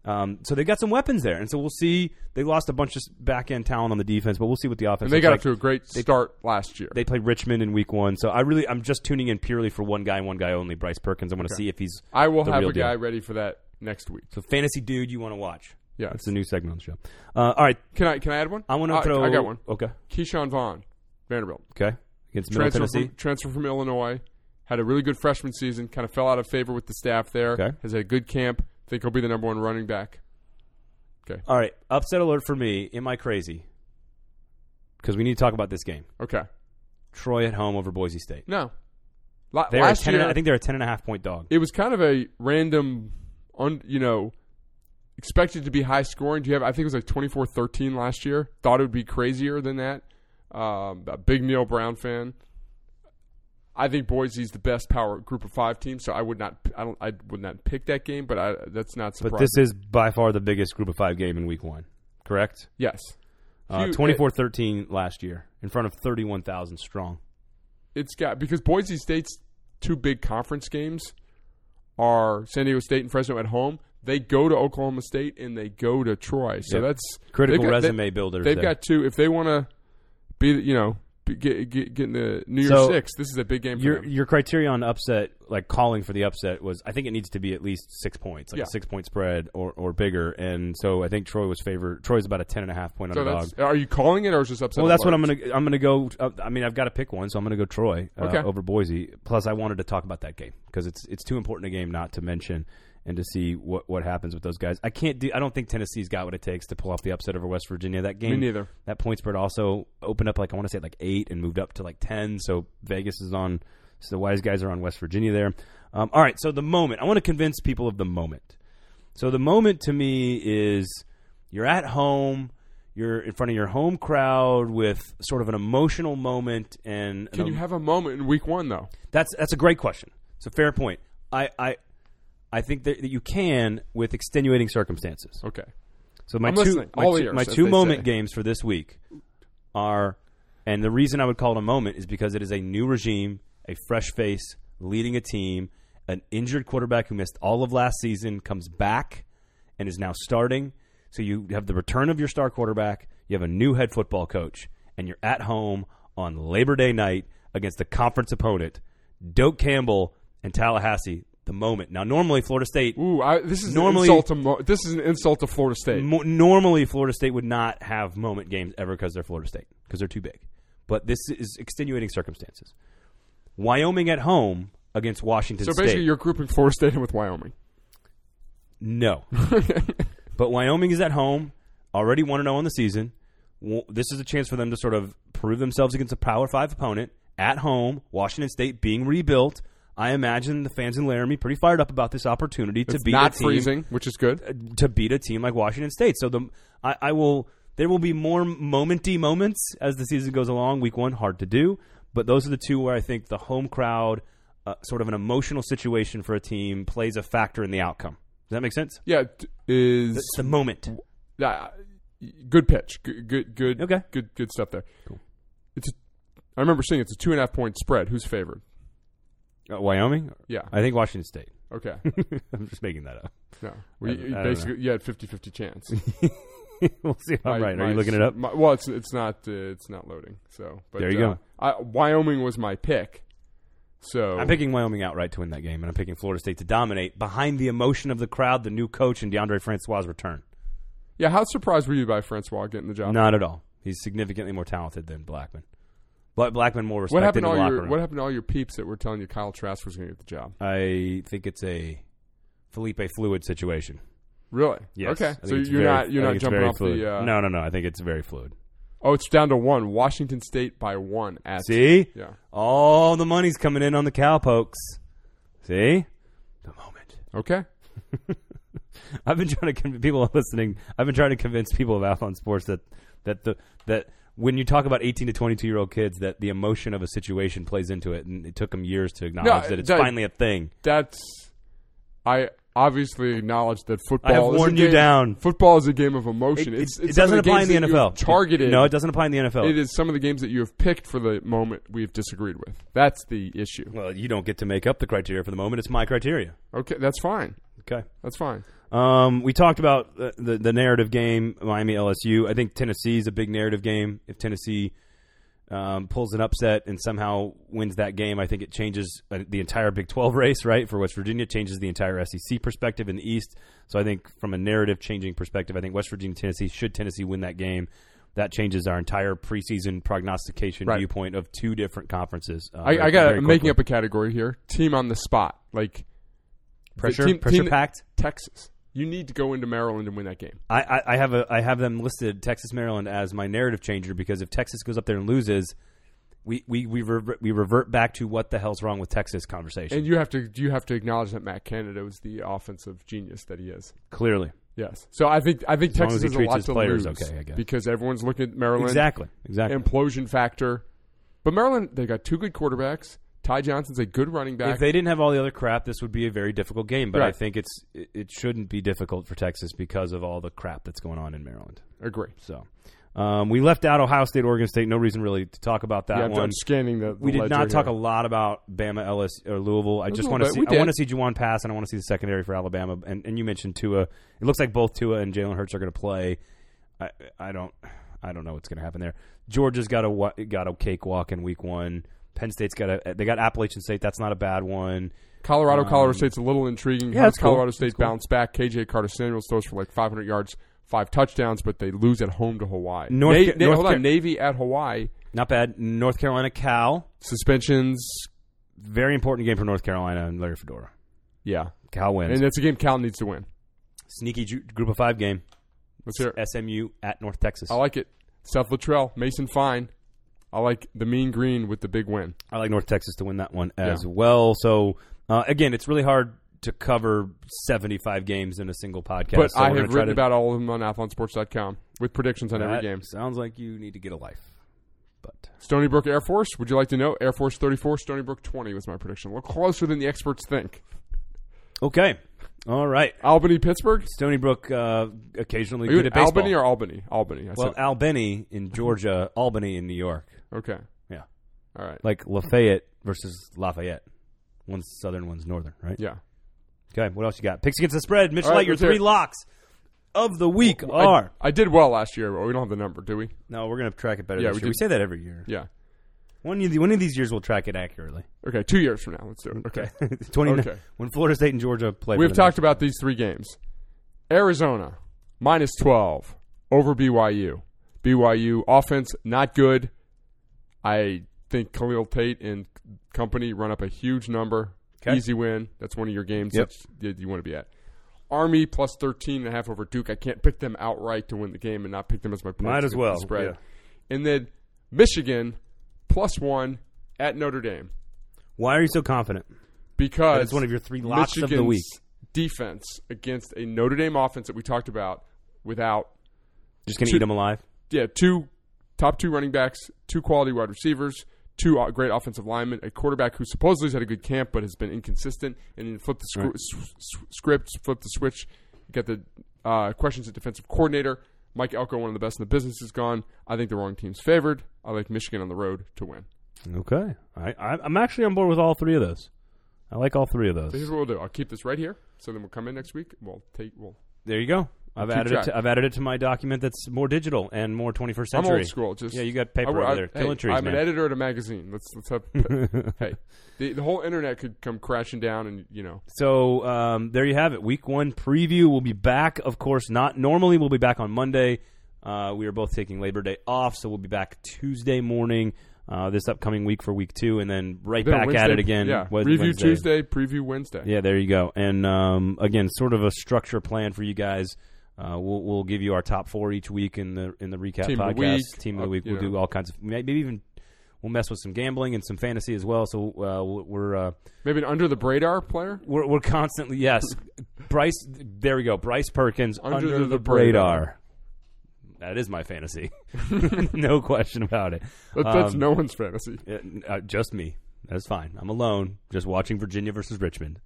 Um, so they got some weapons there, and so we'll see. They lost a bunch of back end talent on the defense, but we'll see what the offense. And they looks got like. up to a great start last year. They played Richmond in week one, so I really I'm just tuning in purely for one guy, and one guy only, Bryce Perkins. I want to see if he's I will the have real a guy deal. ready for that next week. so fantasy dude you want to watch. Yeah. That's the new segment on the show. Uh, all right, Can I can I add one? I want to I, throw. I got one. Okay, Keyshawn Vaughn, Vanderbilt. okay. Against Middle Transfer Tennessee, from, transfer from Illinois. Had a really good freshman season. Kind of fell out of favor with the staff there. Okay. Has had a good camp. Think he'll be the number one running back. All right, upset alert for me. Am I crazy? Because we need to talk about this game. Okay. Troy at home over Boise State. No. La- They're a last 10 year, and a- I think they're a ten and a half point dog. it was kind of a random, un, you know, expected to be high scoring. Do you have? I think it was like 24-13 last year. Thought it would be crazier than that. Um, a big Neil Brown fan. I think Boise's the best power group of five team, so I would not, I don't, I would not pick that game, but I, that's not surprising. But this is by far the biggest group of five game in week one, correct? yes, Uh, Huge- 24-13 last year in front of 31,000 strong. it's got because Boise State's two big conference games are San Diego State and Fresno at home. They go to Oklahoma State and they go to Troy. So Yep. that's Critical they've got- resume builders. They've there. got two. If they want to be, you know, be, get, get, get in the New Year's So, six, this is a big game for your them. your criteria on upset, like calling for the upset, was I think it needs to be at least six points, like Yeah. a six point spread or, or bigger. And so I think Troy was favored. Troy's about a ten and a half point So underdog. that's, are you calling it or is this upset? Well, that's what alert? I'm gonna. I'm gonna go. Uh, I mean, I've got to pick one, so I'm gonna go Troy uh, Okay. over Boise. Plus, I wanted to talk about that game because it's it's too important a game not to mention and to see what what happens with those guys. I can't do. I don't think Tennessee's got what it takes to pull off the upset over West Virginia. That game, Me neither. that point spread also opened up like I want to say like eight and moved up to like ten. So Vegas is on. So the wise guys are on West Virginia there. Um, all right. So the moment I want to convince people of the moment. So the moment to me is you're at home, you're in front of your home crowd with sort of an emotional moment, and Can you have a moment in week one though? that's that's a great question. It's a fair point. I I, I think that, that you can with extenuating circumstances. Okay, So my I'm two listening. my All two, ears, my as two they moment say. games for this week are, and the reason I would call it a moment is because it is a new regime, a fresh face leading a team, an injured quarterback who missed all of last season comes back and is now starting. So you have the return of your star quarterback, you have a new head football coach, and you're at home on Labor Day night against a conference opponent, Doak Campbell and Tallahassee. The moment now, normally Florida State ooh, I, this is Normally- an insult to Mo- this is an insult to Florida State. Mo- normally, Florida State would not have moment games ever because they're Florida State because they're too big. But this is extenuating circumstances. Wyoming at home against Washington so State. basically, you're grouping Florida State in with Wyoming. No. but Wyoming is at home, already 1 0 on the season. W- This is a chance for them to sort of prove themselves against a Power 5 opponent at home, Washington State being rebuilt. I imagine the fans in Laramie pretty fired up about this opportunity to It's beat not a team, Uh, freezing, which is good. to beat a team like Washington State. So the I, I will there will be more momenty moments as the season goes along. Week one hard to do, but those are the two where I think the home crowd, uh, sort of an emotional situation for a team, plays a factor in the outcome. Does that make sense? Yeah, t- is It's the moment. uh, good pitch. Good, good, good. Okay. Good, good stuff there. Cool. It's. A, I remember seeing it's a two and a half point spread. Who's favored? Uh, Wyoming. Yeah. I think Washington State. Okay. I'm just making that up. No. Well, you, I you don't basically, you had 50-50 chance. we'll see if I'm My- right. Are my- you looking it up? my- well, it's it's not uh, it's not loading. So but, There you uh, go. I, Wyoming was my pick. So I'm picking Wyoming outright to win that game, and I'm picking Florida State to dominate behind the emotion of the crowd, the new coach, and DeAndre Francois' return. yeah, how surprised were you by Francois getting the job? Not at all. He's significantly more talented than Blackman. But Blackman more respected what happened in to all the locker your room. What happened to all your peeps that were telling you Kyle Trask was going to get the job? I think it's a Felipe Fluid situation. Really? Yes. I Okay. think So it's you're very- not you're I not think it's jumping very off fluid. the. Uh, no, no, no. I think it's very fluid. Oh, it's down to one. Washington State by one at. See? Yeah. All the money's coming in on the cowpokes. See? The moment. Okay. I've been trying to convince people listening. I've been trying to convince people of Athlon Sports that that the that when you talk about eighteen to twenty two year old kids, that the emotion of a situation plays into it, and it took them years to acknowledge that it's that- finally a thing. That's. I obviously acknowledge that football. is a worn you game- down. Football is a game of emotion. it, it's, it it's some of doesn't apply in games the that you have NFL. Targeted. No, it doesn't apply in the NFL. It is some of the games that you have picked for the moment we've disagreed with. That's the issue. Well, you don't get to make up the criteria for the moment. It's my criteria. Okay, that's fine. Okay. That's fine. Um, we talked about the, the the narrative game, Miami LSU. I think Tennessee is a big narrative game. If Tennessee um, pulls an upset and somehow wins that game, I think it changes uh, the entire Big Twelve race. Right for West Virginia, changes the entire SEC perspective in the East. So I think from a narrative changing perspective, I think West Virginia, Tennessee should Tennessee win that game. That changes our entire preseason prognostication Right. viewpoint of two different conferences. Uh, I, I got I'm making up a category here. Team on the spot, like pressure, team- pressure team- packed. Texas. You need to go into Maryland and win that game. I, I, I have a I have them listed Texas Maryland as my narrative changer because if Texas goes up there and loses, we we we, revert we revert back to what the hell's wrong with Texas conversation. And you have to you have to acknowledge that Matt Canada was the offensive genius that he is. Clearly, Yes. So I think I think long Texas as he has a treats lot his to players lose okay, I guess. because everyone's looking at Maryland exactly, exactly. implosion factor. But Maryland, they got two good quarterbacks. Ty Johnson's a good running back. If they didn't have all the other crap, this would be a very difficult game. But I Right. think it's it, it shouldn't be difficult for Texas because of all the crap that's going on in Maryland. Agree. So um, we left out Ohio State, Oregon State. No reason really to talk about that yeah, I'm- one. I'm scanning the. the we did ledger not talk here. a lot about Bama, Ellis, or Louisville. I just little want to bit. see. We I want to did. see Juwan pass, and I want to see the secondary for Alabama. And, and you mentioned Tua. It looks like both Tua and Jalen Hurts are going to play. I, I don't, I don't know what's going to happen there. Georgia's got a wa- got a cakewalk in week one. Penn State's got a they got Appalachian State. That's not a bad one. Colorado, Colorado Um, State's a little intriguing. yeah, How does that's cool. Colorado That's State cool. bounce back? KJ Carter Samuels throws for like 500 yards, five touchdowns, but they lose at home to Hawaii. North Na- Ca- Na- North hold Ca- on, Navy at Hawaii. Not bad. North Carolina, Cal. Suspensions. Very important game for North Carolina and Larry Fedora. Yeah, Cal wins. and it's a game Cal needs to win. Sneaky ju- group of five game. Let's hear it. SMU at North Texas. I like it. Seth Luttrell, Mason Fine. I like the Mean Green with the big win. I like North Texas to win that one as Yeah. well. So uh, again, it's really hard to cover 75 games in a single podcast. But so I we're gonna have try written to- about all of them on athlonsports.com with predictions on every That game. Sounds like you need to get a life. But Stony Brook Air Force. Would you like to know? Air Force 34, Stony Brook 20 was my prediction. We're closer than the experts think. okay, all right. Albany, Pittsburgh. Stony Brook uh, occasionally Are you good at in baseball. Albany or Albany? Albany. I well, Albany in Georgia, Albany in New York, said. Okay. Yeah. All right. like Lafayette versus Lafayette. One's southern, one's northern, right? Yeah. Okay, what else you got? Picks against the spread. Mitch All right, Light, your let's hear three it. locks of the week I- are. I, did well last year, but we don't have the number, do we? No, we're gonna track it better. Yeah, this we year. we did- say that every year. Yeah. One of, the, one of these years we'll track it accurately. Okay. Two years from now, let's do it. Okay. 29 Okay. When Florida State and Georgia play. for We've the talked about these three games. Arizona minus twelve over BYU. BYU offense not good. I think Khalil Tate and company run up a huge number. Okay. Easy win. That's one of your games Yep. that you- you want to be at. Army plus 13 and a half over Duke. I can't pick them outright to win the game and not pick them as my Might points as well, spread. And then Michigan plus 1 at Notre Dame. next- Why are you so confident? because It's one of your three locks of the Uh, Michigan's week. Defense against a Notre Dame offense that we talked about without Just gonna two- eat them alive. yeah two top two running backs, two quality wide receivers, two o- great offensive linemen, a quarterback who supposedly has had a good camp but has been inconsistent, and then flip the scr- Right. s- s- script, flip the switch, get the uh, questions at defensive coordinator. Mike Elko, one of the best in the business, is gone. I think the wrong team's favored. I like Michigan on the road to win. Okay, I, I, I'm actually on board with all three of those. I like all three of So here's those. what we'll do. I'll keep this right here. So then we'll come in next week. We'll take. We'll. There you go. I've Keep added it. track. To, I've added it to my document that's more digital and more 21st I'm century. old school. Just Yeah, you got paper I- over I- there. hey, Killing trees, I'm man. an editor at a magazine. Let's let's have. hey, the, the whole internet could come crashing down, and you know. So um, there you have it. Week one preview. We'll be back, of course. Not normally. We'll be back on Monday. Uh, we are both taking Labor Day off, so we'll be back Tuesday morning uh, this upcoming week for week two, and then right Then back at Wednesday- it again. Yeah. Wed- Review Wednesday. Tuesday. Preview Wednesday. Yeah, there you go. And um, again, sort of a structure plan for you guys. Uh, we'll we'll give you our top four each week in the in the recap Team podcast. of the week. Team of the Uh, week. you We'll know. do all kinds of maybe even we'll mess with some gambling and some fantasy as well. So uh, we'll- we're. Uh, Maybe an under the radar player. we're, we're constantly yes. Bryce, there we go. Bryce Perkins under, the, radar. radar. That is my fantasy, no question about it. That, that's Um, no one's fantasy. it- uh, just me. That's fine. I'm alone, just watching Virginia versus Richmond.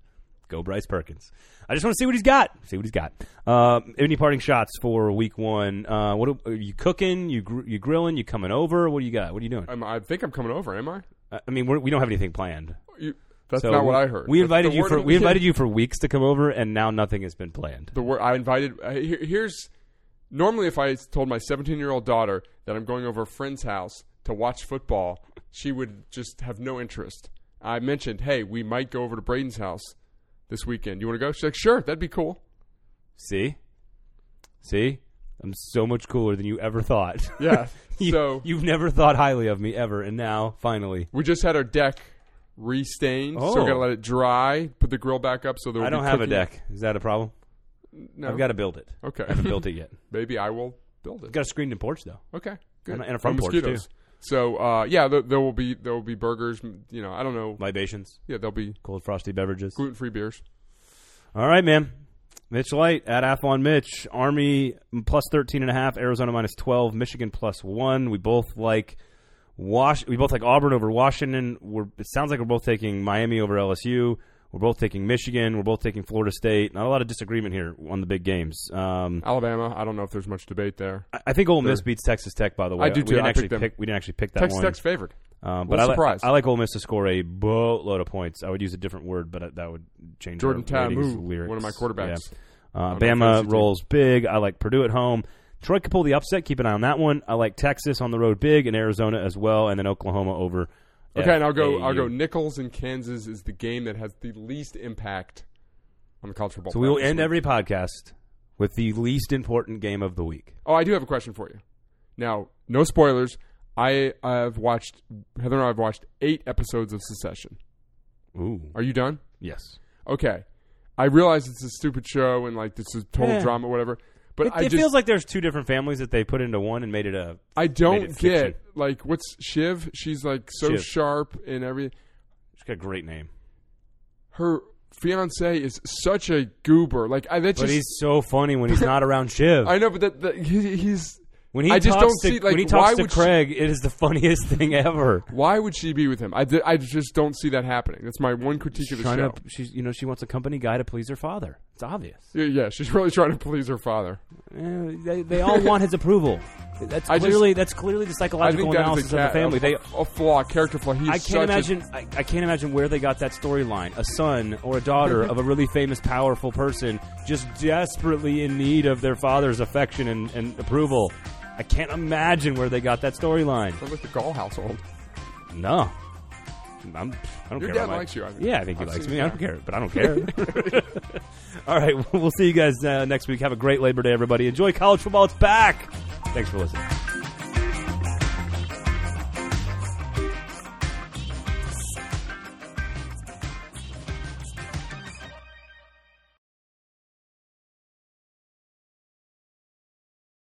Go Bryce Perkins. I just want to see what he's got. See what he's got. Um, any parting shots for Week One? Uh, what do- are you cooking? You gr- you grilling? You coming over? What do you got? What are you doing? I'm, I think I'm coming over. Am I? I I mean, we're, we don't have anything planned. You, that's So not what we- I heard. We That's invited the you word for of- we invited you for weeks to come over, and now nothing has been planned. the word I invited. Uh, here, here's normally if I told my 17 year old daughter that I'm going over a friend's house to watch football, she would just have no interest. I mentioned, hey, we might go over to Braden's house this weekend. You want to go? She's like, sure, that'd be cool. See? See? I'm so much cooler than you ever thought. Yeah. you, so you've never thought highly of me ever, and now finally, we just had our deck restained, so Oh. we're gonna let it dry. Put the grill back up so there. Will I don't be have a cooking- deck. Is that a problem? No. I've got to build it. I haven't okay. built it yet. Maybe I will build I've it. got a screened-in porch though. Okay. Good. And a- and a front No porch, too. mosquitoes. So uh, yeah, there, there will be there will be burgers. m- You know, I don't know. Libations, Yeah, there'll be cold frosty beverages. gluten free beers. All right, man. Mitch Light at Athlon Mitch. Army plus 13 and a half, Arizona minus 12, Michigan plus 1. We both like Wash we both like Auburn over Washington. We're it sounds like we're both taking Miami over LSU. We're both taking Michigan. We're both taking Florida State. Not a lot of disagreement here on the big games. Um, Alabama. I don't know if there's much debate there. I- I think Ole Miss beats Texas Tech. By the way, I do We too. didn't I actually picked them. pick. We didn't actually pick that Texas one. Tech's favored. Um, but Little I, like- surprise. I like Ole Miss to score a boatload of points. I would use a different word, but that would change Jordan our ratings, Tamu, lyrics. one of my Yeah. quarterbacks. Uh, On my fantasy Bama team. rolls big. I like Purdue at home. Troy could pull the upset. Keep an eye on that one. I like Texas on the road big and Arizona as well, and then Oklahoma over. Okay, and I'll go. I'll go. FAU. Nichols and Kansas is the game that has the least impact on the college football. So we will playoff this end week. every podcast with the least important game of the week. Oh, I do have a question for you. Now, no spoilers. I have watched Heather and I have watched eight episodes of Secession. Ooh, Are you done? yes. Okay. I realize it's a stupid show and like this is total Yeah. drama, whatever. But It, I it just feels like there's two different families that they put into one and made it a. I made it don't fiction. get like what's Shiv? She's like so Shiv. sharp and everything. She's got a great name, her fiance is such a goober. Like I that but just he's so funny when he's not around Shiv. I know, but that, that he, he's When he I talks just don't to, see, like, when he why talks to would she- Craig, it is the funniest thing ever. why would she be with him? I, di- I just don't see that happening. That's my one critique of the Trying show. to, she's you know she wants a company guy to please her father. It's obvious. Yeah, yeah, she's really trying to please her father. Eh, they, they all want his approval. That's I just- clearly that's clearly the I psychological think that analysis is a, cat, of the family. a, They, a flaw, a character flaw. He's I such can't imagine. I I can't imagine where they got that storyline. A son or a daughter of a really famous, powerful person, just desperately in need of their father's affection and, and approval. I can't imagine where they got that storyline. A, sounds like the Gall household. No. I'm, I don't Your care. dad about my- likes you, I think. Yeah, I think he I've likes seen me. his I don't care, but I don't care. All right, we'll see you guys uh, next week. Have a great Labor Day, everybody. Enjoy college football. It's back. Thanks for listening.